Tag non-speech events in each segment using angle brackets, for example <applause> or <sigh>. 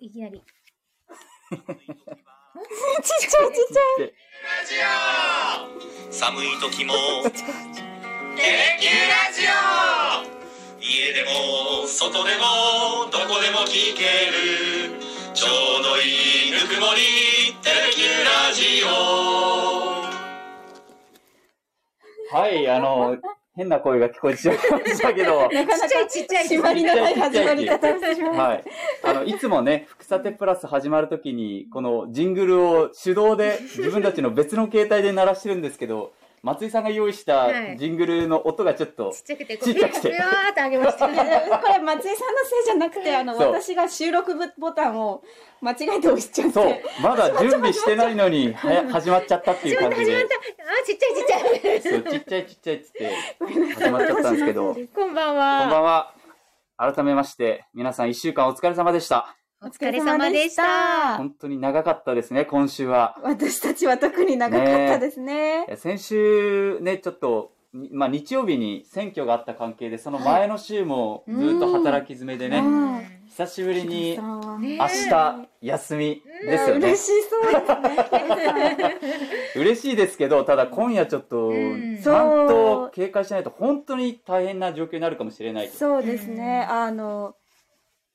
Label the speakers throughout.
Speaker 1: いきなり。
Speaker 2: ちっちゃいちっちゃい。
Speaker 3: で
Speaker 4: 寒い時もテレキュラジオ家でも外でもどこでも聞けるちょうどいいぬくもりテレキュラジオ
Speaker 3: はい、あの、変な声が聞こえてしまいましたけど、
Speaker 2: なかなか
Speaker 1: ちっちゃい
Speaker 2: 締まりのない始まり方をしてしまう。
Speaker 3: はい。あの、いつもね、福さてプラス始まるときに、このジングルを手動で自分たちの別の携帯で鳴らしてるんですけど、松井さんが用意したジングルの音がちょっと、
Speaker 1: ちっちゃくて、
Speaker 3: ちっちゃくて
Speaker 1: うわーってあげました。
Speaker 2: <laughs> これ松井さんのせいじゃなくてあの
Speaker 3: そう
Speaker 2: 私が収録ボタンを間違えて押しちゃって
Speaker 3: そう、まだ準備してないのに、はや始まっちゃったっていう
Speaker 1: 始まっ
Speaker 3: 感
Speaker 1: た、
Speaker 3: じ
Speaker 1: 始まっ
Speaker 3: で、
Speaker 1: た。あー、ちっちゃい、ちっち
Speaker 3: そうちっちゃいちっちゃいっつって始まっちゃったんですけど、こ
Speaker 1: ゃ
Speaker 3: ん
Speaker 1: い。こんばん
Speaker 3: ば
Speaker 1: は。
Speaker 3: んは。改めまして、皆さん一週間お疲れ様でした。
Speaker 1: お疲れ様でし
Speaker 2: お
Speaker 1: た。
Speaker 2: 疲れ様で
Speaker 3: 本当に長かったですね、今週は。
Speaker 2: 私たちは特に長かったですね
Speaker 3: いや先週ねちょっと、にまあ、日曜日に選挙があった関係でその前の週も
Speaker 2: はい
Speaker 3: ずっと働き詰めでね、
Speaker 2: うん
Speaker 3: 久しぶりに
Speaker 2: さんは
Speaker 1: ね
Speaker 3: 明日休みですよね、
Speaker 2: 嬉しそ
Speaker 3: <laughs>
Speaker 2: うですね
Speaker 3: 嬉しいですけどただ今夜ちょっと
Speaker 1: うん
Speaker 3: ちゃんと警戒しないと本当に大変な状況になるかもしれないと
Speaker 2: そうですねあの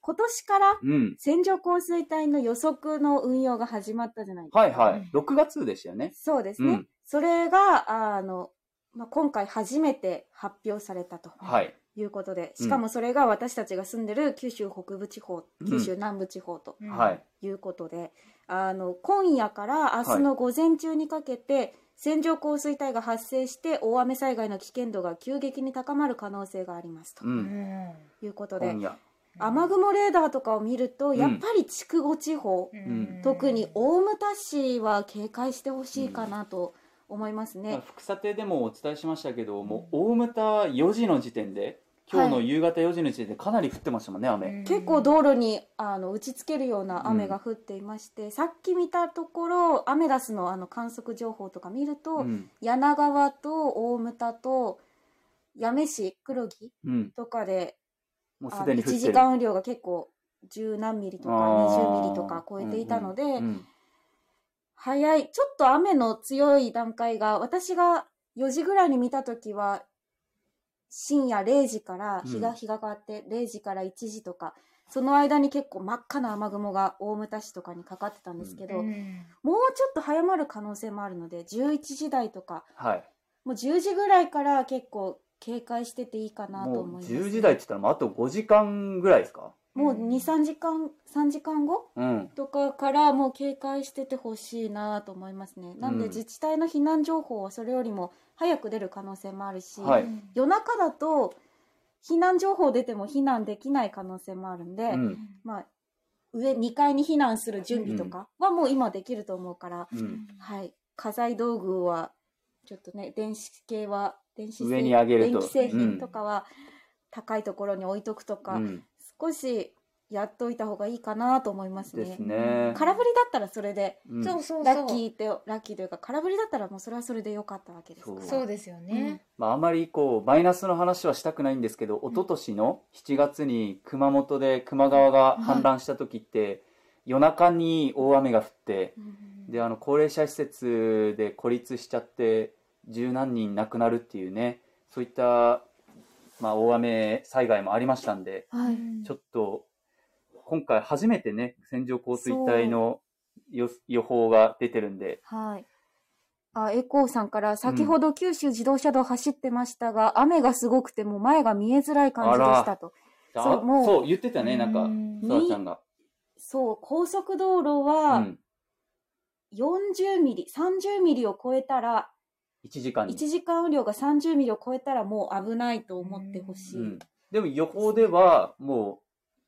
Speaker 2: 今年から
Speaker 3: うん
Speaker 2: 線状降水帯の予測の運用が始まったじゃないですか
Speaker 3: はいは
Speaker 1: うん
Speaker 3: い6月でしたよね
Speaker 2: そうですね、
Speaker 3: うん
Speaker 2: それがあの、まあ、今回初めて発表されたと
Speaker 3: はい
Speaker 2: いうことで
Speaker 3: うん
Speaker 2: しかもそれが私たちが住んでる九州北部地方、
Speaker 3: うん
Speaker 2: 九州南部地方と
Speaker 1: うん
Speaker 3: はい。
Speaker 2: いうことで、あの今夜から明日の午前中にかけて、線状降水帯が発生して大雨災害の危険度が急激に高まる可能性がありますと
Speaker 3: うん
Speaker 2: いうことで、
Speaker 3: 今夜
Speaker 2: 雨雲レーダーとかを見ると、
Speaker 3: ん
Speaker 2: やっぱり筑後地方、
Speaker 3: ん
Speaker 2: 特に大牟田市は警戒してほしいかなと思いますね。
Speaker 3: 副査定でもお伝えしましたけどもう大牟田4時の時点で今日の夕方4時の時点でかなり降ってましたもんね雨、
Speaker 2: 結構道路にあの打ちつけるような雨が降っていまして、さっき見たところアメダスのあの観測情報とか見ると、
Speaker 3: うん
Speaker 2: 柳川と大牟田と八女市黒木
Speaker 3: うん、
Speaker 2: とかで
Speaker 3: もう
Speaker 2: あ
Speaker 3: す
Speaker 2: の
Speaker 3: でに
Speaker 2: 1
Speaker 3: 降ってる
Speaker 2: 時間雨量が結構十何ミリとか20ミリとか超えていたので、
Speaker 3: うんうん
Speaker 2: 早いちょっと雨の強い段階が私が4時ぐらいに見た時は深夜0時から日が
Speaker 3: うん
Speaker 2: 日が変わって0時から1時とか、その間に結構真っ赤な雨雲が大牟田市とかにかかってたんですけど、もうちょっと早まる可能性もあるので11時台とか
Speaker 3: はい
Speaker 2: もう10時ぐらいから結構警戒してていいかなと
Speaker 3: もう
Speaker 2: 思います、
Speaker 3: 10時台って言ったらもうあと5時間ぐらいですか
Speaker 2: もう23時間3時間後
Speaker 3: うん
Speaker 2: とかからもう警戒しててほしいなと思いますね。なん
Speaker 3: うん
Speaker 2: で自治体の避難情報はそれよりも早く出る可能性もあるし、
Speaker 3: はい
Speaker 2: 夜中だと避難情報出ても避難できない可能性もあるんで、
Speaker 3: うん
Speaker 2: まあ上2階に避難する準備とかはもう今できると思うから、
Speaker 3: うん
Speaker 2: はい、家財道具はちょっとね電子系は電子製
Speaker 3: 上に上げると
Speaker 2: 電気製品とかは高いところに置いとくとか、
Speaker 3: うん
Speaker 2: 少しやっといた方がいいかなと思いますね。
Speaker 3: ですね
Speaker 2: 空振りだったらそれで
Speaker 3: うん
Speaker 1: そうそうそう。
Speaker 2: ラッキーってラッキーというか空振りだったらもうそれはそれで良かったわけですから
Speaker 3: そう
Speaker 1: そうですよね。
Speaker 3: まああまりこうマイナスの話はしたくないんですけど一昨年の7月に熊本で球磨川が氾濫した時って夜中に大雨が降って
Speaker 2: うん
Speaker 3: であの高齢者施設で孤立しちゃって十何人亡くなるっていうねそういった、まあ、大雨災害もありましたんで
Speaker 2: はい
Speaker 3: ちょっと今回初めてね線状降水帯の予予報が出てるんで
Speaker 2: はいあエコーさんから先ほど九州自動車道走ってましたが、雨がすごくてもう前が見えづらい感じでしたと
Speaker 3: あ
Speaker 2: そうもう
Speaker 3: そう言ってたねなんか
Speaker 1: うん
Speaker 3: さあちゃんが、
Speaker 2: そう高速道路
Speaker 3: う
Speaker 2: は
Speaker 3: ん、
Speaker 2: 40ミリ、30ミリを超えたら
Speaker 3: 1時間に
Speaker 2: 1時間雨量が30ミリを超えたらもう危ないと思ってほしい、
Speaker 3: うん、でも予報ではも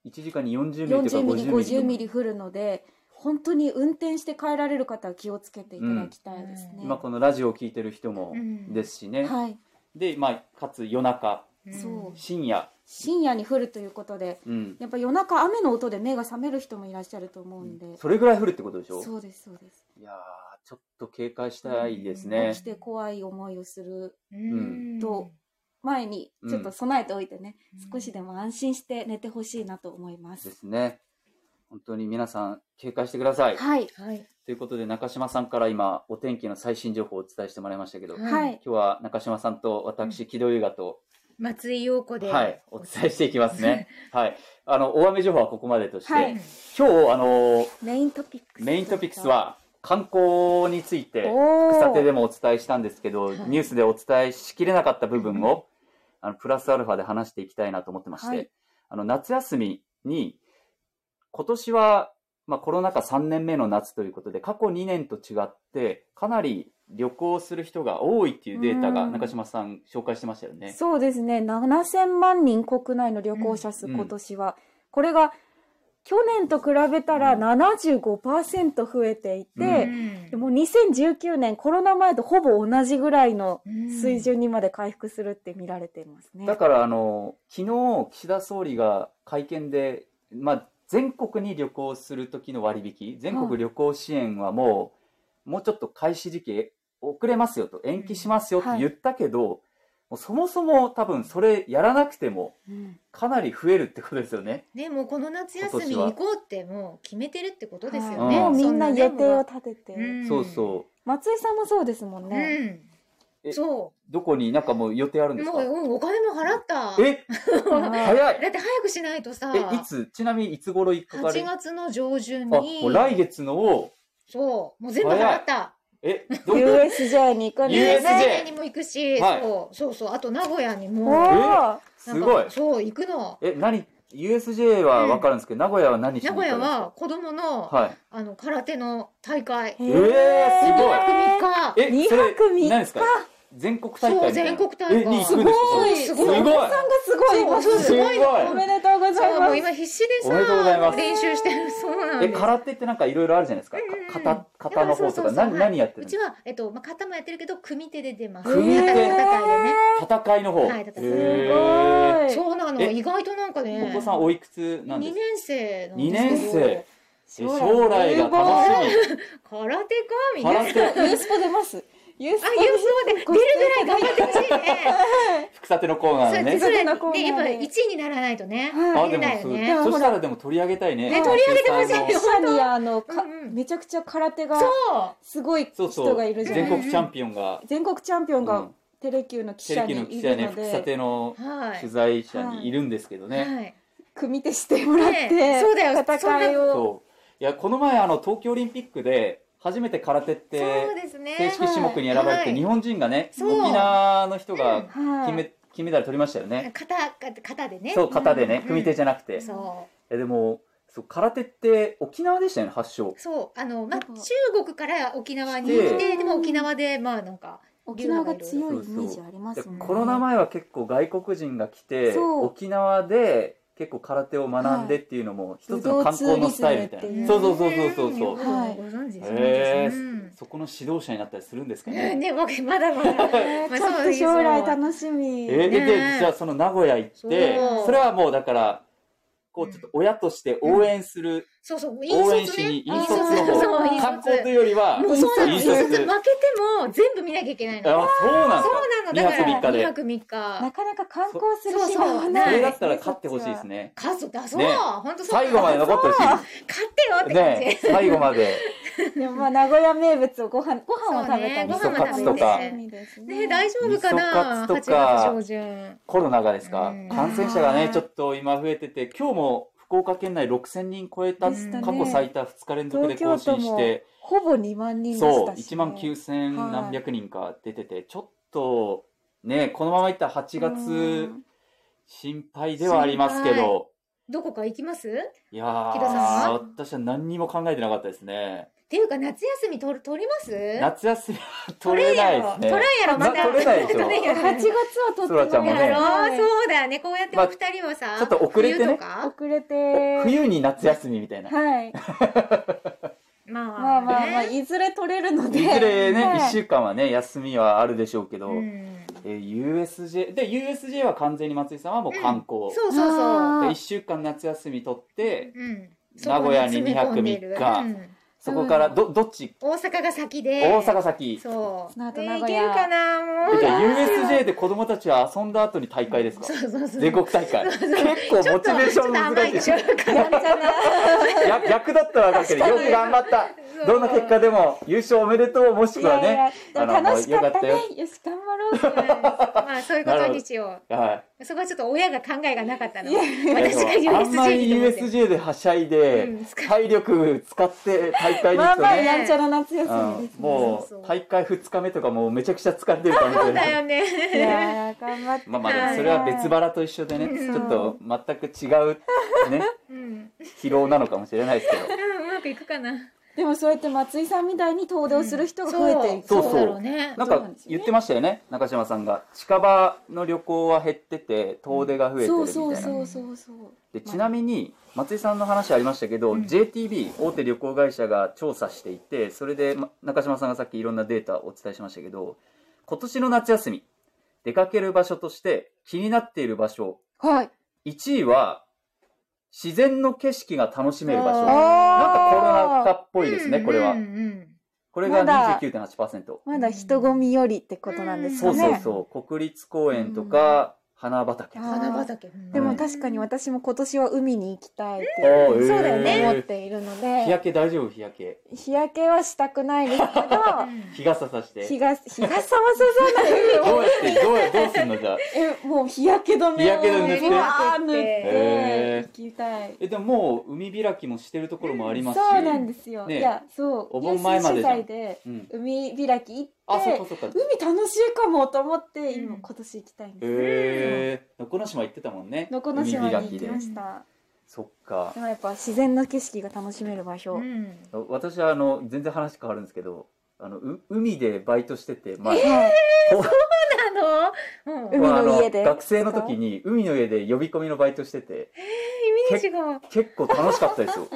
Speaker 3: う1時間に40ミリとか
Speaker 2: 40ミリ50
Speaker 3: 50
Speaker 2: ミ
Speaker 3: ミリ
Speaker 2: リ降るので本当に運転して帰られる方は気をつけていただきたいですね、
Speaker 1: うん
Speaker 3: 今このラジオを聞いてる人も
Speaker 1: うん
Speaker 3: ですしね、
Speaker 2: はい、
Speaker 3: で、まあ、かつ夜中
Speaker 2: そう
Speaker 3: 深夜、
Speaker 2: 深夜に降るということで
Speaker 3: うん、
Speaker 2: やっぱ夜中雨の音で目が覚める人もいらっしゃると思うんで、
Speaker 3: それぐらい降るってことでしょ
Speaker 2: そうですそうです、
Speaker 3: いやーちょっと警戒したいです
Speaker 2: 起
Speaker 3: ね
Speaker 2: き、て怖い思いをする
Speaker 1: うん
Speaker 2: と前にちょっと備えておいてね、
Speaker 1: うん
Speaker 2: 少しでも安心して寝てほしいなと思います、
Speaker 3: ですね本当に皆さん警戒してください。
Speaker 2: はい。
Speaker 1: はい。
Speaker 3: ということで、中島さんから今、お天気の最新情報をお伝えしてもらいましたけど、
Speaker 1: は
Speaker 3: 今
Speaker 2: はい。
Speaker 3: 日は中島さんと私、木戸優雅と、
Speaker 1: 松井陽子で。
Speaker 3: はい、お伝えしていきますね。はい。あの、大雨情報はここまでとして、
Speaker 2: はい
Speaker 1: うん
Speaker 3: 今日、あの、
Speaker 2: メイントピックス。
Speaker 3: メイントピックス、は、観光について、
Speaker 2: おー
Speaker 3: 草手でもお伝えしたんですけど、
Speaker 1: はい
Speaker 3: ニュースでお伝えしきれなかった部分を、あのプラスアルファで話していきたいなと思ってまして、
Speaker 2: はい
Speaker 3: あの夏休みに、今年は、まあ、コロナ禍3年目の夏ということで、過去2年と違って、かなり旅行する人が多いっていうデータが、
Speaker 2: うん
Speaker 3: 中島さん紹介してましたよね。
Speaker 2: そうですね。7000万人国内の旅行者数、
Speaker 3: うん
Speaker 2: 今年は。これが、去年と比べたら
Speaker 3: うん
Speaker 2: 75%増えていて、
Speaker 1: うん
Speaker 2: もう2019年コロナ前とほぼ同じぐらいの
Speaker 1: うん
Speaker 2: 水準にまで回復するって見られていますね。
Speaker 3: だから、あの、昨日、岸田総理が会見で、まあ、全国に旅行する時の割引、全
Speaker 2: はい
Speaker 3: 国旅行支援はもう、もうちょっと開始時期遅れますよと、延期しますよって
Speaker 2: はい
Speaker 3: 言ったけど、もうそもそも多分それやらなくても、
Speaker 2: うん
Speaker 3: かなり増えるってことですよね。
Speaker 1: ね、もうこの夏休み行こうってもう決めてるってことですよ
Speaker 2: はい
Speaker 1: ね。
Speaker 2: もうみんな予定を
Speaker 1: て
Speaker 2: 立てて。
Speaker 3: そうそう。
Speaker 2: 松井さんもそうですもん
Speaker 1: う
Speaker 2: ね。
Speaker 1: ん。
Speaker 3: え
Speaker 1: そ
Speaker 3: どこになんかもう予定あるん
Speaker 1: う。
Speaker 3: です
Speaker 1: も
Speaker 3: か
Speaker 1: ううんお金も払った。だ
Speaker 3: え、早い
Speaker 1: って早くしないとさ、
Speaker 3: え、いつ、ちなみにいつ頃行くかか
Speaker 1: 8
Speaker 3: りあ、
Speaker 1: 月の上旬
Speaker 3: も
Speaker 1: に
Speaker 3: う、来月のを、
Speaker 1: そう、もう全部払った。
Speaker 3: え、ど
Speaker 2: USJ に行くん
Speaker 1: で
Speaker 3: USJ
Speaker 2: です。
Speaker 1: 来年にも行くし、
Speaker 3: はい
Speaker 1: そう、そうそう、あと名古屋に
Speaker 2: お
Speaker 1: も、
Speaker 2: ー
Speaker 3: すご
Speaker 1: なん
Speaker 3: い
Speaker 1: か。そう、行くの。
Speaker 3: え、何 ?USJ はわかるんですけど、名古屋は何しに
Speaker 1: 名
Speaker 3: 行
Speaker 1: 古
Speaker 3: ったんです
Speaker 1: 屋
Speaker 3: か
Speaker 1: は子供の、
Speaker 3: はい。
Speaker 1: あの、空手の大会。
Speaker 2: へ
Speaker 1: 2
Speaker 2: ー
Speaker 3: えーすごい
Speaker 1: 泊3日。
Speaker 2: 二
Speaker 3: それ
Speaker 2: 泊三日
Speaker 3: 何ですか全国大会
Speaker 1: そ、
Speaker 3: みたいうな
Speaker 1: 全国大
Speaker 3: え、に
Speaker 1: 会。
Speaker 3: 行くんです
Speaker 2: ごい
Speaker 3: す
Speaker 1: す
Speaker 3: ご
Speaker 1: ごい
Speaker 3: いすごい
Speaker 2: さんがすごい
Speaker 1: そうそう
Speaker 3: すごい
Speaker 2: おめでとうござい
Speaker 1: そう、も
Speaker 2: ま
Speaker 1: う
Speaker 2: す。
Speaker 1: 今必死で
Speaker 3: おめでとうございま
Speaker 1: さ、
Speaker 3: す
Speaker 1: 練習してる。そうなん
Speaker 3: え、
Speaker 1: です。
Speaker 3: 空手ってなんかいろいろあるじゃないですか。か
Speaker 1: うんうん
Speaker 3: 型、型の方と
Speaker 1: そうそうそ
Speaker 3: か。
Speaker 1: う
Speaker 3: な
Speaker 1: はい
Speaker 3: 何やって
Speaker 1: う
Speaker 3: るん
Speaker 1: ち
Speaker 3: です
Speaker 1: は、えっと、まあ、型もやってるけど、組手で出ます。
Speaker 3: 組手
Speaker 1: 戦いでね。
Speaker 3: か戦いの方。
Speaker 1: はい戦い
Speaker 3: へー
Speaker 2: すごい。
Speaker 1: そうなの、
Speaker 3: え
Speaker 1: 意外となんかね。
Speaker 3: お子さんおいくつなんで
Speaker 1: 2年生な
Speaker 3: すか
Speaker 1: ん
Speaker 3: 二
Speaker 1: で
Speaker 3: 年
Speaker 1: すけど
Speaker 3: 生。え将来が楽し
Speaker 1: 空手か
Speaker 3: み。
Speaker 1: みたいな
Speaker 3: 空手、
Speaker 2: ユースポ出ます。ユース
Speaker 1: あ、いや、そ
Speaker 3: <laughs>
Speaker 1: うで、出るぐらい頑張ってほしいね。
Speaker 3: 副査定のコーナー
Speaker 1: そう
Speaker 3: ね。
Speaker 1: それ、
Speaker 2: 手作りのコーナーで
Speaker 1: ね、やっぱ1位にならないとね。
Speaker 2: は
Speaker 3: あ、
Speaker 2: い
Speaker 1: 出
Speaker 3: でも
Speaker 1: ないよ
Speaker 3: そ
Speaker 1: ね
Speaker 3: う、そしたらでも取り上げたいね。
Speaker 1: ね取り上げてほしい
Speaker 3: 中
Speaker 1: よ
Speaker 3: 山さんの
Speaker 2: 社にあのか
Speaker 1: うんうん
Speaker 2: めちゃくちゃ空手が
Speaker 1: そう。
Speaker 2: すごい
Speaker 3: そうそ、
Speaker 2: 人がいうるじゃな
Speaker 3: 全
Speaker 2: いですか
Speaker 3: 国チャンピオンが、
Speaker 2: 全国チャンピオン
Speaker 3: う
Speaker 2: が
Speaker 3: ん
Speaker 2: テレキューの記
Speaker 3: テ
Speaker 2: 者
Speaker 3: レ
Speaker 2: に
Speaker 3: キの
Speaker 2: い
Speaker 3: 記者
Speaker 2: る
Speaker 3: ね、
Speaker 2: の
Speaker 3: 副査
Speaker 2: で
Speaker 3: 定の
Speaker 1: はい。
Speaker 3: 取材者にいるんですけどね。
Speaker 1: はい。
Speaker 2: 組手してもらっ
Speaker 1: ね
Speaker 2: て
Speaker 1: そうだよ
Speaker 2: 戦いを
Speaker 3: そう。いや、この前、あの、東京オリンピックで、初めて空手っ
Speaker 1: そう
Speaker 3: て、
Speaker 1: ですね。
Speaker 3: 正式種目に選ばれ
Speaker 1: は
Speaker 3: て、
Speaker 1: い
Speaker 3: 日本人がね、
Speaker 1: そう
Speaker 3: 沖縄の
Speaker 1: う
Speaker 3: 人
Speaker 1: ん
Speaker 3: が
Speaker 2: は
Speaker 3: 金
Speaker 2: い
Speaker 3: メ金メダル取りましたよね。
Speaker 1: 肩、肩でね。
Speaker 3: そう、型で
Speaker 1: う
Speaker 3: ね
Speaker 1: ん、
Speaker 3: 組手じゃなくて。い
Speaker 1: そ
Speaker 3: や、でも、そう空手って沖縄でしたよね、発祥
Speaker 1: う。。そう。あの、まあ、
Speaker 2: なん
Speaker 1: 中
Speaker 2: か
Speaker 1: 国から沖縄に
Speaker 3: 来
Speaker 1: 来
Speaker 3: て
Speaker 1: て、でも沖縄で、まあ、なんか、
Speaker 2: 沖縄が強いイメージあります
Speaker 3: で
Speaker 2: もんね
Speaker 3: コロナ前は結構外国人が来て、
Speaker 2: そう
Speaker 3: 沖縄で結構空手を学んでっていうのも、一つの観光のスタイルみた
Speaker 2: 武道ツー
Speaker 3: い
Speaker 2: リズムってい
Speaker 3: な。
Speaker 2: う
Speaker 3: そうそうそうそうそうそう。
Speaker 1: はい。ご存知です
Speaker 3: へえ、
Speaker 1: うん
Speaker 3: そこの指導者になったりするんですかね。
Speaker 1: ね、僕、まだ
Speaker 3: <laughs>
Speaker 1: まだ。
Speaker 2: ね
Speaker 1: まあ
Speaker 2: ちょっ
Speaker 1: そう
Speaker 2: と
Speaker 1: ですよ
Speaker 2: 将来楽しみ
Speaker 3: え
Speaker 1: ね
Speaker 3: で、じゃあその名古屋行って、
Speaker 1: そう
Speaker 3: それはもうだから、こうちょっと親として応援する、
Speaker 1: そうそう、
Speaker 3: 応
Speaker 1: 引
Speaker 3: 援
Speaker 1: 率
Speaker 3: し
Speaker 1: ね。
Speaker 3: に、
Speaker 2: 引
Speaker 3: 引
Speaker 2: 率
Speaker 3: 率の
Speaker 1: そう
Speaker 3: 方、
Speaker 1: 引率
Speaker 3: 観光というよりは、
Speaker 1: もうそうなの。
Speaker 3: 引
Speaker 1: 一
Speaker 3: 率
Speaker 1: 冊負けても全部見なきゃいけないの。
Speaker 3: あ、そうなんだ。
Speaker 1: そうなの。だか
Speaker 3: 二
Speaker 1: ら
Speaker 3: 泊三日
Speaker 1: 二泊
Speaker 3: で
Speaker 1: 三日。
Speaker 2: なかなか観光する日
Speaker 1: そうそ
Speaker 2: が
Speaker 1: う
Speaker 3: そ
Speaker 1: な
Speaker 3: れ
Speaker 1: い
Speaker 3: だったら勝ってほしいです
Speaker 2: <laughs>
Speaker 3: ね。
Speaker 1: 家族だそう。
Speaker 3: ね
Speaker 1: 本当そう。
Speaker 3: 最後まで残ってほしいで
Speaker 1: 勝ってよっ
Speaker 3: す。
Speaker 1: て感じ。
Speaker 3: ね、最後まで。
Speaker 2: でもまあ名古屋名物をご飯ご飯を食べたり
Speaker 3: そうねご飯も食べて
Speaker 2: 楽しみです
Speaker 1: ね大丈夫かな。
Speaker 3: 味噌カ
Speaker 1: 八
Speaker 3: ツ
Speaker 1: 月
Speaker 3: とか
Speaker 1: 上旬。
Speaker 3: コロナがですか
Speaker 1: うん
Speaker 3: 感染者がね
Speaker 2: あ、ー
Speaker 3: ちょっと今増えてて、今日も福岡県内6000人超えた、
Speaker 1: でしたね
Speaker 3: 過去最多2日連続で更新
Speaker 2: 東京
Speaker 3: し
Speaker 2: 都も
Speaker 3: て、
Speaker 2: ほぼ2万人で
Speaker 3: そう、
Speaker 2: したし、
Speaker 3: 1万9000
Speaker 2: はい
Speaker 3: 何百人か出てて、ちょっと、ね、このままいったら8月
Speaker 2: うん、
Speaker 3: 心配ではありますけど、
Speaker 1: どこか行きます？っ
Speaker 3: いやー
Speaker 1: 木田さんは
Speaker 3: 私は何にも考えてなかったですね。
Speaker 1: ていうか夏休み取る取ります？
Speaker 3: 夏休みは取れないです
Speaker 1: 取
Speaker 3: ね。
Speaker 1: れんやろまた。
Speaker 3: 取れないでしょ
Speaker 1: 取れんやろ
Speaker 2: 8月はとっても
Speaker 3: そらちゃんもね
Speaker 1: やろ
Speaker 2: はい
Speaker 1: そうだよね。こうやって
Speaker 3: まあ
Speaker 1: お二人はさ、
Speaker 3: ちょっと遅れてね
Speaker 1: 冬とか
Speaker 2: 遅れて
Speaker 3: 冬に夏休みみたいな。
Speaker 2: はい
Speaker 1: まあ
Speaker 2: まあまあまあ
Speaker 1: ね
Speaker 2: いずれ取れるの
Speaker 3: い
Speaker 2: で
Speaker 3: ずれね、
Speaker 2: はい
Speaker 3: 1週間はね、休みはあるでしょうけど、
Speaker 1: うん
Speaker 3: えー USJ で USJ は完全に松井さんはもう観光、
Speaker 1: そうそうそう。
Speaker 2: あー
Speaker 3: で1週間夏休み取って
Speaker 1: うん
Speaker 3: 名古屋に2泊3
Speaker 1: そこに
Speaker 3: 日
Speaker 1: 詰め込んでるうん
Speaker 3: そこから、ど、どっち
Speaker 1: 大阪が先で
Speaker 3: 大阪先。
Speaker 1: そう
Speaker 2: その後
Speaker 1: で
Speaker 2: 名
Speaker 1: 行
Speaker 2: 古
Speaker 1: け
Speaker 2: 屋
Speaker 1: るかなもう
Speaker 3: じゃあ USJ で子供たちは遊んだ後に大会ですか
Speaker 1: そうそうそう
Speaker 3: 全国大会。結構モチベーション難しいでしょ
Speaker 1: ちょっ。とちょっと甘いでしょ
Speaker 2: やんちゃな
Speaker 3: や逆だったらわかるけど、よく頑張った。どんな結果でも優勝おめでとう、もし
Speaker 2: い
Speaker 3: くは
Speaker 2: やい
Speaker 3: ね
Speaker 2: や、でも楽しかったね
Speaker 3: よ
Speaker 2: よし頑張ろうって
Speaker 1: うんまあそういうことにしよ
Speaker 3: はい。
Speaker 1: うそこはちょっと親が考えがなかったの
Speaker 2: いや
Speaker 1: 私が USJ に
Speaker 3: あんまり USJ ではしゃいで、
Speaker 1: うん使う
Speaker 3: 体力使って大会に
Speaker 2: ま
Speaker 3: 行
Speaker 2: あ
Speaker 3: く
Speaker 2: まあ
Speaker 3: とね、
Speaker 2: やんちゃな夏休みです
Speaker 3: うん、
Speaker 2: ね
Speaker 3: も
Speaker 1: そうそう
Speaker 3: う大会2日目とかもうめちゃくちゃ疲れてる
Speaker 1: そ
Speaker 3: 感
Speaker 1: う
Speaker 3: じ
Speaker 1: だよ
Speaker 3: で。
Speaker 2: い
Speaker 1: ね
Speaker 2: やー頑張って
Speaker 3: まあまあでもそれは別腹と一緒でね、ち
Speaker 2: うん
Speaker 3: ょっと全く違うね、 <laughs>
Speaker 1: うん
Speaker 3: 疲労なのかもしれないですけど。
Speaker 1: うんうまくいくかな
Speaker 2: でもそうやって松井さんみたいに遠出をする人が増えていく、
Speaker 3: そう
Speaker 1: そうだろうね
Speaker 3: なん
Speaker 2: そうな
Speaker 3: か
Speaker 2: んですよね
Speaker 3: 言ってましたよね中島さんが近場の旅行は減ってて遠出が増えてる
Speaker 2: そう
Speaker 3: みたいな、
Speaker 2: そうそうそうそう
Speaker 3: でちなみに松井さんの話ありましたけど、
Speaker 1: うん
Speaker 3: JTB 大手旅行会社が調査していてそれでま中島さんがさっきいろんなデータをお伝えしましたけど今年の夏休み出かける場所として気になっている場所
Speaker 2: はい
Speaker 3: 1位は自然の景色が楽しめる場所
Speaker 1: あー
Speaker 3: なんかコロナ禍
Speaker 2: あ
Speaker 3: っぽいですねこれは、
Speaker 1: うんうん
Speaker 3: これ
Speaker 2: まだ
Speaker 3: が29.8%
Speaker 2: まだ人混みよりってことなんです
Speaker 3: そ
Speaker 2: か
Speaker 3: う
Speaker 2: ね
Speaker 3: そうそう、国立公園とか、花畑と
Speaker 1: うん
Speaker 3: か
Speaker 2: あー
Speaker 1: 花畑
Speaker 2: で
Speaker 3: う
Speaker 2: も
Speaker 3: ん
Speaker 2: 確かに私も今年は海に行きたいって
Speaker 3: おーえー
Speaker 1: そうだよね
Speaker 2: 思っているの
Speaker 3: 日
Speaker 2: で
Speaker 3: 焼け大丈夫日焼け
Speaker 2: 日焼けはしたくないですけど
Speaker 3: 日傘さして
Speaker 2: 日が日傘はささ
Speaker 3: <laughs>
Speaker 2: ない
Speaker 3: どうやってどうやどうすんの
Speaker 2: <laughs>
Speaker 3: じゃあ
Speaker 2: えもう日焼け止めを
Speaker 3: 日焼け止め塗って
Speaker 2: ブワー塗っ
Speaker 3: へー
Speaker 2: て行きたい
Speaker 3: えでももう海開きもしてるところもありますし、
Speaker 2: そうなんですよ、
Speaker 3: ね
Speaker 2: いやそう
Speaker 3: お盆前までじゃん
Speaker 2: ニュース取材で
Speaker 3: うん
Speaker 2: 海開き行って
Speaker 3: あそっかそっか
Speaker 2: 海楽しいかもと思って
Speaker 1: う
Speaker 2: 今
Speaker 1: ん
Speaker 2: 今年行きたいんです、
Speaker 3: へえー、この島行ってたもんね
Speaker 2: のこの島に行
Speaker 3: 海
Speaker 2: き
Speaker 3: 開
Speaker 2: ま
Speaker 3: きで
Speaker 2: した
Speaker 3: そっか
Speaker 2: でもやっぱ自然の景色が楽しめる場所、
Speaker 1: うん
Speaker 3: 私はあの全然話変わるんですけどあのう海でバイトしてて前、
Speaker 2: はい
Speaker 1: あのうん
Speaker 2: 海の家で
Speaker 3: あの学生の時に海の家で呼び込みのバイトしてて
Speaker 1: イメージが
Speaker 3: 結構楽しかったで
Speaker 1: <laughs>
Speaker 3: すよ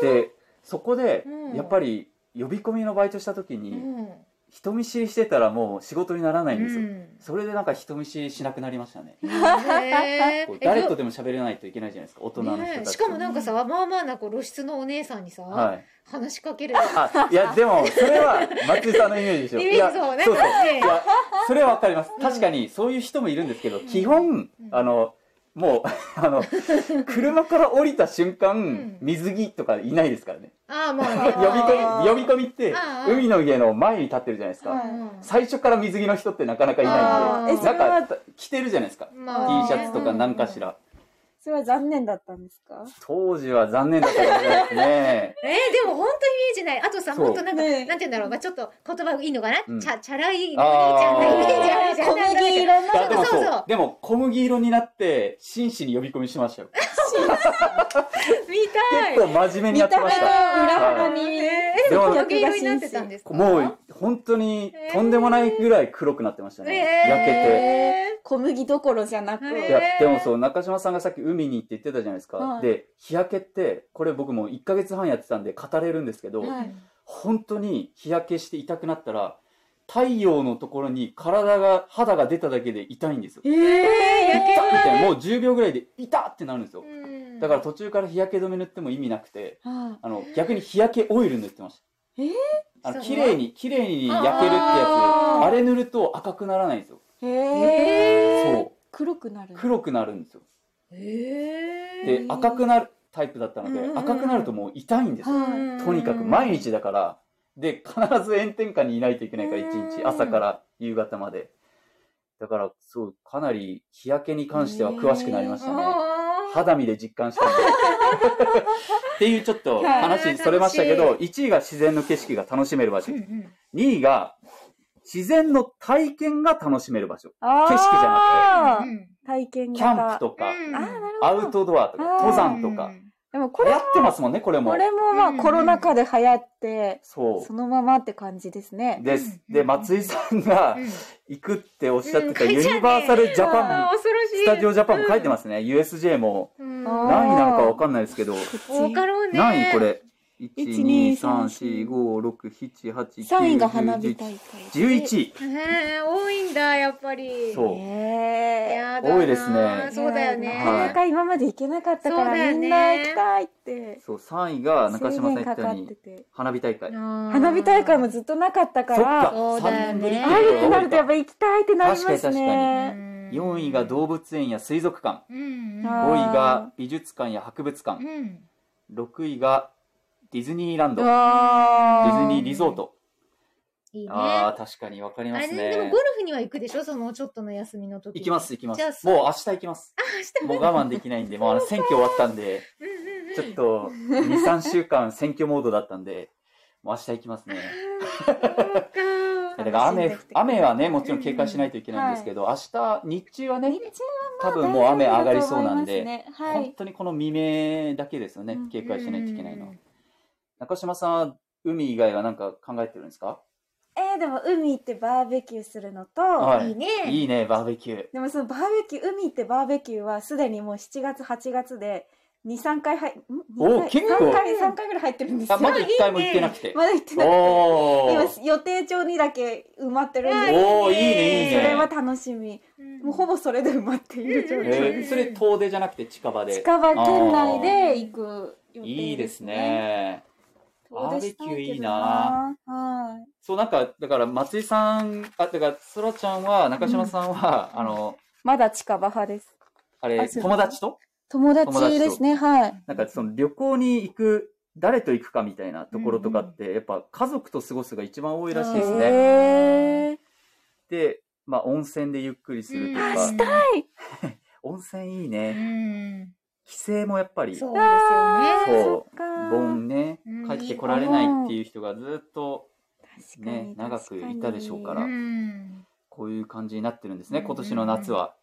Speaker 3: でそこで
Speaker 1: うん
Speaker 3: やっぱり呼び込みのバイトした時
Speaker 1: う
Speaker 3: に
Speaker 1: ん
Speaker 3: 人見知りしてたらもう仕事にならないんですよ、
Speaker 1: うん
Speaker 3: それでなんか人見知りしなくなりましたね
Speaker 1: へ
Speaker 3: こう
Speaker 1: ー
Speaker 3: 誰とでも喋れないといけないじゃないですか大人の人たちと、
Speaker 1: ねえしかもなんかさまあまあなこう露出のお姉さんにさ、
Speaker 3: はい
Speaker 1: 話しかける
Speaker 3: あいやでもそれは松井さんのイメージでし
Speaker 1: イ
Speaker 3: ょ
Speaker 1: メー
Speaker 3: いや
Speaker 1: ジそうね
Speaker 3: そうそう
Speaker 1: ね
Speaker 3: い
Speaker 1: <laughs>
Speaker 3: やそれはわかります確かにそういう人もいるんですけど基本あのもう <laughs>
Speaker 1: <laughs>
Speaker 3: あの車から降りた瞬間
Speaker 1: ん
Speaker 3: 水着とかいないですからね
Speaker 1: ああま
Speaker 3: <laughs> 呼
Speaker 1: あ
Speaker 3: び
Speaker 1: ね
Speaker 3: 込み呼び込みって
Speaker 1: あー
Speaker 3: 海の家の前に立ってるじゃないですか
Speaker 2: は
Speaker 3: 最初から水着の人ってなかなかい
Speaker 2: あ
Speaker 3: な
Speaker 2: ー
Speaker 3: い
Speaker 2: え
Speaker 3: ん
Speaker 2: そ
Speaker 3: で
Speaker 2: れ
Speaker 3: な
Speaker 2: は
Speaker 3: んか着てるじゃないですか T
Speaker 1: ま
Speaker 2: あね
Speaker 3: シャツとか何かしら
Speaker 2: それは残念だったんですか
Speaker 3: 当時は残念だったみたいですね
Speaker 1: えー、でも本当イメージないあとさ
Speaker 3: そう
Speaker 1: もっとなんか、
Speaker 2: ねえ
Speaker 1: なんて言うんだろう、まあ、ちょっと言葉いいのかな、
Speaker 3: うん
Speaker 1: チャチャラいお姉ちゃ
Speaker 3: あ
Speaker 1: ん <laughs>
Speaker 3: ー
Speaker 1: のイメージあるじゃん
Speaker 2: 小麦色
Speaker 3: いやで
Speaker 2: の
Speaker 3: も
Speaker 1: そ
Speaker 3: そう
Speaker 1: そうう
Speaker 3: でも小麦色になって真摯に呼び込みしましたよ
Speaker 1: 見たい
Speaker 3: 結構真面目にやってまし
Speaker 2: 見た
Speaker 3: た
Speaker 2: 目裏腹に
Speaker 1: えー、
Speaker 3: で
Speaker 1: で
Speaker 3: も
Speaker 1: も小麦色になってたんですか
Speaker 3: もう本当にとんでもないぐらい黒くなってましたね、
Speaker 1: えー
Speaker 3: 焼けて
Speaker 2: 小麦どころじゃなく、
Speaker 1: はい
Speaker 3: いやでもそう中島さんがさっき海に行って言ってたじゃないですか、
Speaker 2: はい
Speaker 3: で日焼けってこれ僕も1ヶ月半やってたんで語れるんですけど、
Speaker 2: はい
Speaker 3: 本当に日焼けして痛くなったら太陽のところに体が肌が出ただけで痛いんですよ
Speaker 2: ええ
Speaker 1: 焼け
Speaker 3: 痛っみたいなもう10秒ぐらいで痛っってなるんですよ
Speaker 1: うん
Speaker 3: だから途中から日焼け止め塗っても意味なくて
Speaker 2: あ
Speaker 3: あの逆に日焼けオイル塗ってました
Speaker 2: えー
Speaker 3: あの
Speaker 1: そう
Speaker 3: 綺麗に綺麗に焼けるってやつ
Speaker 1: あ
Speaker 3: あ
Speaker 1: ー
Speaker 3: れ塗ると赤くならないんですよ
Speaker 2: へえ
Speaker 3: そう
Speaker 2: 黒くなる
Speaker 3: 黒くなるんですよ
Speaker 1: え
Speaker 3: で赤くなるタイプだったの
Speaker 1: うんうんう
Speaker 3: で
Speaker 1: ん
Speaker 3: 赤くなるともう痛いんですよ
Speaker 2: は
Speaker 1: うん
Speaker 3: とにかく毎日だからで必ず炎天下にいないといけないから
Speaker 1: うん
Speaker 3: 1日朝から夕方までだからそうかなり日焼けに関しては詳しくなりましたね
Speaker 1: あー
Speaker 3: 肌身で実感
Speaker 1: <laughs>
Speaker 3: したんでっていうちょっと話それましたけど1位が自然の景色が楽しめる場所
Speaker 1: うんうん
Speaker 3: 2位が自然の体験が楽しめる場所
Speaker 2: い
Speaker 3: 景色じゃ
Speaker 2: あー
Speaker 1: うん
Speaker 2: 体験
Speaker 3: キ
Speaker 2: 型
Speaker 3: ャンプとか
Speaker 1: うん
Speaker 2: あーなるほど
Speaker 3: アウトドアとか
Speaker 2: あー
Speaker 3: 登山とか
Speaker 2: でもこ
Speaker 3: 流
Speaker 2: れ
Speaker 3: 行ってますもんねこれも
Speaker 2: これもま
Speaker 1: う
Speaker 2: あ
Speaker 1: ん
Speaker 2: コロナ禍で流行って、
Speaker 3: そ
Speaker 2: そのままって感じです
Speaker 3: う
Speaker 2: ね。
Speaker 3: です
Speaker 1: うん
Speaker 3: で松井さんが
Speaker 1: うん
Speaker 3: 行くっておっしゃってた
Speaker 1: うん書
Speaker 3: ユ
Speaker 1: いてあるね
Speaker 3: ニバーサルジャパン
Speaker 1: あー恐ろしい
Speaker 3: スタジオジャパンも書いてますね USJ も
Speaker 1: うん
Speaker 2: あー
Speaker 3: 何位なのかわかんないですけど
Speaker 1: 多かろうね
Speaker 3: 何位これ
Speaker 2: 3位が花火大会
Speaker 3: 11位。
Speaker 1: へー多いんだやっぱり
Speaker 3: そう
Speaker 2: ねえ
Speaker 1: やだな
Speaker 3: 多いですね
Speaker 1: そうだよね
Speaker 2: なかなか今まで行けなかったか
Speaker 1: そうだ
Speaker 2: ら
Speaker 1: よね
Speaker 2: みんな行きたいって
Speaker 3: そう、3位が中
Speaker 2: 制
Speaker 3: 島さん言
Speaker 2: 限か
Speaker 3: ったよ
Speaker 2: か
Speaker 3: う
Speaker 2: っ
Speaker 3: に
Speaker 2: て、て
Speaker 3: 花火大会。
Speaker 2: 花火大会もずっとなかったか
Speaker 3: そっから
Speaker 1: そうだよね
Speaker 3: 3年ぶりって
Speaker 2: ああいう
Speaker 3: こ
Speaker 2: の
Speaker 3: とが
Speaker 2: になる
Speaker 3: 多い
Speaker 2: とやっぱ行きたいってなり
Speaker 3: 確
Speaker 2: ます
Speaker 3: か
Speaker 1: う
Speaker 3: に確か
Speaker 2: ね
Speaker 1: ん
Speaker 3: 4位が動物園や水族館
Speaker 1: うんうん
Speaker 2: あー
Speaker 3: 5位が美術館や博物館
Speaker 1: うん
Speaker 3: 6位がディズニーランド
Speaker 2: う
Speaker 3: デ
Speaker 2: わ
Speaker 3: ィズニーリゾート
Speaker 1: いいね
Speaker 3: あー確かに分かり
Speaker 1: あ
Speaker 3: ま
Speaker 1: れ
Speaker 3: す
Speaker 1: でも
Speaker 3: ね
Speaker 1: ゴルフには行くでしょそのちょっとの休みの時
Speaker 3: 行きます行きま
Speaker 1: じゃあ
Speaker 3: すもう明日行きますもう我慢できないんでもうあの選挙終わったんで
Speaker 1: うんうんうん
Speaker 3: ちょっ
Speaker 2: <laughs>
Speaker 3: と23週間選挙モードだったんでもう明日行き
Speaker 2: <laughs>
Speaker 3: ますね
Speaker 1: そうか
Speaker 3: だから雨
Speaker 2: 楽しんできて
Speaker 3: 雨はねもちろん警戒しないといけないんですけど明日日中はね
Speaker 2: 日中
Speaker 3: 多
Speaker 2: は
Speaker 3: 分
Speaker 2: 大
Speaker 3: もう
Speaker 2: 丈夫
Speaker 3: 雨上
Speaker 2: だ
Speaker 3: が
Speaker 2: と
Speaker 3: り
Speaker 2: 思
Speaker 3: そう
Speaker 2: い
Speaker 3: なん
Speaker 2: ます
Speaker 3: で
Speaker 2: ねは
Speaker 3: 本
Speaker 2: い
Speaker 3: 当にこの未明だけですよね
Speaker 2: うん
Speaker 3: 警戒しないといけないのは
Speaker 1: うん
Speaker 3: 中島さんは海以外は何か考えてるんですか
Speaker 2: えーでも海行ってバーベキューするのと
Speaker 3: はい
Speaker 1: いね
Speaker 3: いいねバーベキュー
Speaker 2: でもそのバーベキュー海行ってバーベキューはすでにもう7月8月で23回はいん
Speaker 3: お
Speaker 2: 2回
Speaker 3: 結構
Speaker 2: 3回三回ぐらい入ってるんです
Speaker 3: あ
Speaker 2: よ
Speaker 3: ま
Speaker 2: ま
Speaker 3: だ1回も行ってなくて
Speaker 2: だ行ってない
Speaker 3: おお
Speaker 2: 今予定帳にだけ埋まってるん
Speaker 1: あ
Speaker 2: で
Speaker 1: いいね
Speaker 3: おーいいねいい
Speaker 2: そ
Speaker 3: ね
Speaker 2: れは楽しみ
Speaker 1: うん
Speaker 2: もうほぼそれで埋まっている状況
Speaker 3: えーそれ遠出じゃなくて近場で
Speaker 2: 近場県内で行く予定です、ね、
Speaker 3: いいですね
Speaker 2: 遠出したけど
Speaker 3: バーベキューいいな
Speaker 2: はい
Speaker 3: そうなんかだから松井さんあだからそらちゃんは中島さんは、あの
Speaker 2: まだ近場派です
Speaker 3: あれ
Speaker 2: あそう
Speaker 3: 友達と友
Speaker 2: 友
Speaker 3: 達
Speaker 2: 達
Speaker 3: と
Speaker 2: ですねはい
Speaker 3: なんかその旅行に行く誰と行くかみたいなところとかって、やっぱ家族と過ごすが一番多いらしいです
Speaker 1: へー
Speaker 3: ね。
Speaker 2: へー
Speaker 3: で、まあ温泉でゆっくりすると
Speaker 1: うん
Speaker 3: か、
Speaker 1: あした
Speaker 2: い
Speaker 3: 温泉いいうね。
Speaker 1: ん
Speaker 3: 帰省もやっぱり、
Speaker 1: そう
Speaker 3: 盆
Speaker 1: ですよね
Speaker 3: そう
Speaker 2: っか
Speaker 3: ね
Speaker 1: う、ん
Speaker 3: 帰ってこられないっていう人がずっと
Speaker 2: 確かに
Speaker 3: ね、長くいたでしょうか
Speaker 1: う
Speaker 3: ら、
Speaker 1: ん
Speaker 3: こういう感じになってるんですね、
Speaker 1: うん
Speaker 3: 今年の夏は。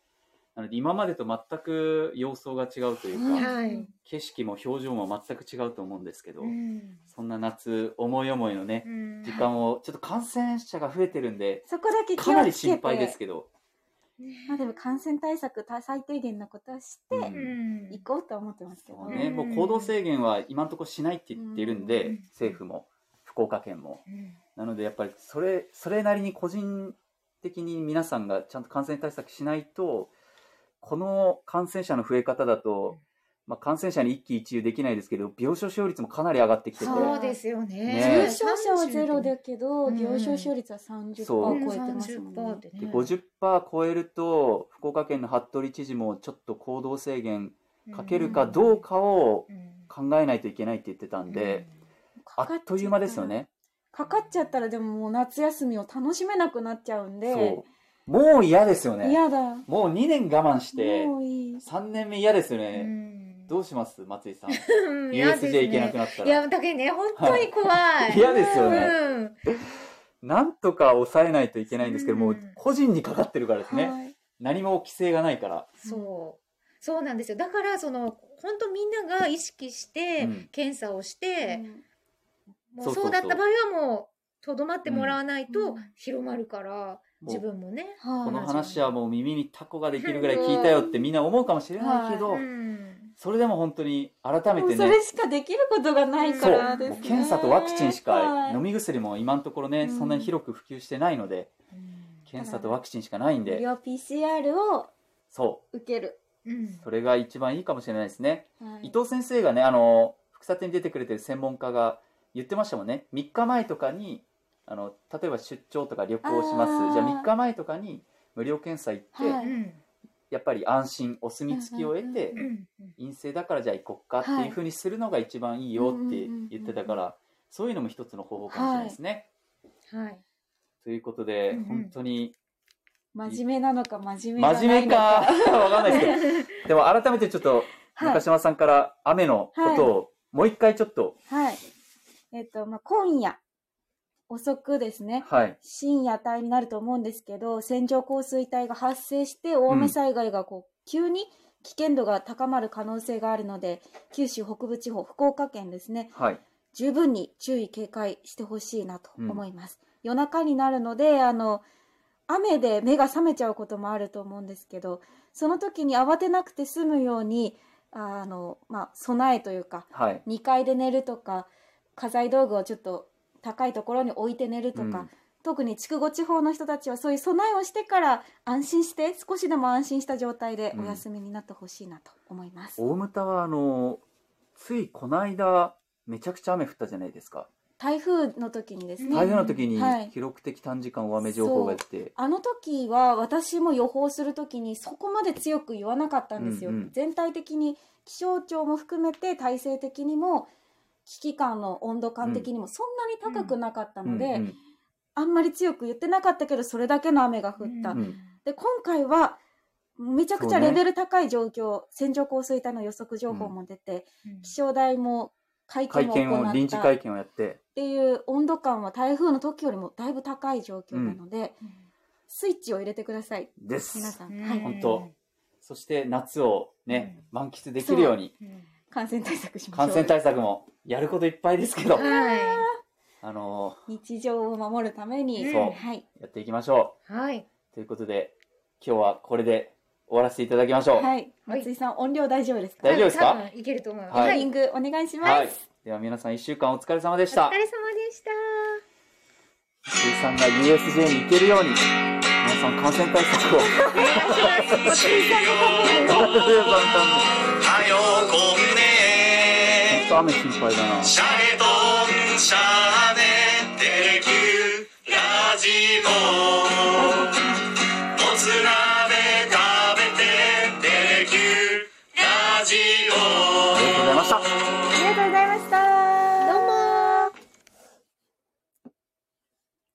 Speaker 3: なので今までと全く様相が違うというか、
Speaker 1: は
Speaker 2: う
Speaker 1: い
Speaker 2: ん
Speaker 3: 景色も表情も全く違うと思うんですけど、
Speaker 1: うん
Speaker 3: そんな夏、思い思いのね、時間を、ちょっと感染者が増えてるんで、
Speaker 2: そこだけ気をつけて
Speaker 3: かなり心配ですけど、
Speaker 2: まあでも感染対策た最低限のことはし
Speaker 3: う
Speaker 2: て
Speaker 1: うん
Speaker 2: 行こうと思ってますけど
Speaker 3: そう
Speaker 2: ね
Speaker 3: ね、もう行動制限は今のところしないって言っているんで、
Speaker 1: うん
Speaker 3: 政府も福岡県も
Speaker 1: うん
Speaker 3: なのでやっぱりそれそれなりに個人的に皆さんがちゃんと感染対策しないとこの感染者の増え方だと、まあ、感染者に一喜一憂できないですけど病床使用率もかなり上がってきてて
Speaker 1: そうですよ
Speaker 3: ね
Speaker 1: ね
Speaker 2: 重症者はゼロだけど
Speaker 1: うん
Speaker 2: 病床使用率は30%
Speaker 3: そ
Speaker 2: 超
Speaker 3: う
Speaker 2: えてますもん
Speaker 1: 30%
Speaker 2: ね
Speaker 1: って
Speaker 3: で
Speaker 1: ね
Speaker 3: 50%超えると福岡県の服部知事もちょっと行動制限かけるかどうかを
Speaker 1: うん
Speaker 3: 考えないといけないって言ってたんで、あ
Speaker 2: かか
Speaker 3: っ
Speaker 2: ち
Speaker 3: と
Speaker 2: ゃたら
Speaker 3: いう間ですよね。
Speaker 2: かかっちゃったらでももう夏休みを楽しめなくなっちゃうんで
Speaker 3: そうもう嫌ですよね。
Speaker 2: 嫌だも
Speaker 3: もう2年我慢して、
Speaker 2: ういい
Speaker 3: 3年目嫌ですよ
Speaker 1: う
Speaker 3: ね。
Speaker 1: ん
Speaker 3: どうします松井さん。
Speaker 1: うん嫌です
Speaker 3: USJ 行けなく
Speaker 1: ね
Speaker 3: なった
Speaker 1: い
Speaker 3: ら。
Speaker 1: やだけどね本当に怖い
Speaker 3: <laughs> 嫌ですよね。
Speaker 1: うん
Speaker 3: なんとか抑えないといけないんですけど、もう
Speaker 1: うん
Speaker 3: 個人にかかってるからですね。
Speaker 2: はい
Speaker 3: 何も規制がないから。
Speaker 1: そうそうなんですよだからその本当みんなが意識して
Speaker 3: うん
Speaker 1: 検査をして、
Speaker 3: そ
Speaker 1: も
Speaker 3: う
Speaker 1: う
Speaker 3: そうそう
Speaker 1: そうだった場合はもうとどまってもらわない
Speaker 2: うん
Speaker 1: と広まるから、
Speaker 3: も
Speaker 1: 自
Speaker 3: う
Speaker 1: 分もね。
Speaker 3: この
Speaker 2: は
Speaker 3: 話はもう耳にタコができるぐらい聞いたよってみんな思うかもしれないけ
Speaker 1: う
Speaker 3: ど、
Speaker 1: ん
Speaker 3: それでも本当に改
Speaker 2: い
Speaker 3: め
Speaker 2: もう
Speaker 3: て
Speaker 2: そ
Speaker 3: ね
Speaker 2: れ、しかできることがないか
Speaker 3: そう、
Speaker 2: ら
Speaker 3: も
Speaker 2: で
Speaker 3: う
Speaker 2: すね
Speaker 3: 検査とワクチンしか
Speaker 2: はい
Speaker 3: 飲み薬も今のところね、そんなに広く普及してないので、検査とワクチンしかないん
Speaker 2: 無
Speaker 3: で、
Speaker 2: 料 PCR を
Speaker 3: そう。
Speaker 2: 受ける、
Speaker 1: うん
Speaker 3: それが一番いいかもしれないですね。
Speaker 2: はい
Speaker 3: 伊藤先生がね、あの、副査定に出てくれてる専門家が言ってましたもんね。3日前とかに、あの、例えば出張とか旅行しま
Speaker 2: あ
Speaker 3: す。
Speaker 2: ー
Speaker 3: じゃあ3日前とかに無料検査行って、
Speaker 2: は
Speaker 1: う
Speaker 2: い
Speaker 1: ん
Speaker 3: やっぱり安心、お墨付きを得て
Speaker 2: うん
Speaker 1: う、ん
Speaker 3: 陰性だからじゃあ行こっかって
Speaker 2: はい
Speaker 3: いうふうにするのが一番いいよ
Speaker 2: うんう
Speaker 3: っ
Speaker 2: んうん
Speaker 3: て
Speaker 2: うん
Speaker 3: 言ってたから、そういうのも一つの方法かもしれないですね。
Speaker 1: はい、
Speaker 3: ということで、
Speaker 1: うんうん
Speaker 3: 本当に
Speaker 2: 真面目なのか真面目じゃない
Speaker 3: 真面目
Speaker 2: の
Speaker 3: かわかん <laughs> ないですけ
Speaker 2: <laughs>
Speaker 3: ど、でも改めてちょっと
Speaker 2: は
Speaker 3: 中
Speaker 2: い、
Speaker 3: 島さんから雨のことをもう一回ちょっと、
Speaker 2: はい、えっ、とまあ今夜遅くですね
Speaker 3: はい、
Speaker 2: 深夜帯になると思うんですけど線状降水帯が発生して大雨災害がこう、急に危険度が高まる可能性があるので九州北部地方福岡県ですね
Speaker 3: はい。
Speaker 2: 十分に注意警戒してほしいなと思います、夜中になるのであの雨で目が覚めちゃうこともあると思うんですけどその時に慌てなくて済むようにあの、まあ、備えというか
Speaker 3: はい。
Speaker 2: 2階で寝るとか家財道具をちょっと高いところに置いて寝るとか、
Speaker 3: うん
Speaker 2: 特に筑後地方の人たちはそういう備えをしてから安心して少しでも安心した状態で
Speaker 3: うん
Speaker 2: お休みになってほしいなと思います、
Speaker 3: 大牟田はあのついこの間めちゃくちゃ雨降ったじゃないですか
Speaker 2: 台風の時にですね、
Speaker 3: 台風の時に
Speaker 2: はい
Speaker 3: 記録的短時間大雨情報が出て、
Speaker 2: あの時は私も予報する時にそこまで強く言わなかったんですよ、
Speaker 3: うんうん
Speaker 2: 全体的に気象庁も含めて体制的にも危機感の温度感的にもそんなに高くなかったので、
Speaker 3: うん
Speaker 2: あんまり強く言ってなかったけどそれだけの雨が降った、
Speaker 3: うん
Speaker 2: で今回はめちゃくちゃレベル高い状況、線状降水帯の予測情報も出て、気象台も会
Speaker 3: 会見
Speaker 2: 見を行
Speaker 3: を臨時
Speaker 2: ったっ
Speaker 3: 会見をやって
Speaker 2: ていう温度感は台風の時よりもだいぶ高い状況なので、スイッチを入れてください
Speaker 3: で
Speaker 2: 皆
Speaker 3: す
Speaker 2: さん、はい
Speaker 3: 本当そして夏をね、満喫できるように
Speaker 2: 感染対策しましょう
Speaker 3: 感染対策もやることいっぱいですけど、
Speaker 1: は
Speaker 3: あの
Speaker 2: 日常を守るために、
Speaker 1: うん
Speaker 3: そう
Speaker 2: はい、
Speaker 3: ーやっていきましょ
Speaker 1: い。はい。
Speaker 3: うということで今日はこれで終わらせていただきましょう、
Speaker 2: はい、松井さん音量大丈夫ですか
Speaker 3: 大丈夫です
Speaker 1: 多
Speaker 3: か
Speaker 1: 分いけると思います。
Speaker 3: はい
Speaker 2: エンディングお願いします、
Speaker 3: はいでは皆さん1週間お疲れ様でし
Speaker 1: お
Speaker 3: た
Speaker 1: 疲れ様でした。
Speaker 3: 鈴木さんが USJ に行けるように皆さん感染対策を <laughs> 本
Speaker 4: はよこんね
Speaker 3: 当雨心配だな
Speaker 4: シャレとんシャネテレキューラジオもつ鍋食べてテレキューラジオ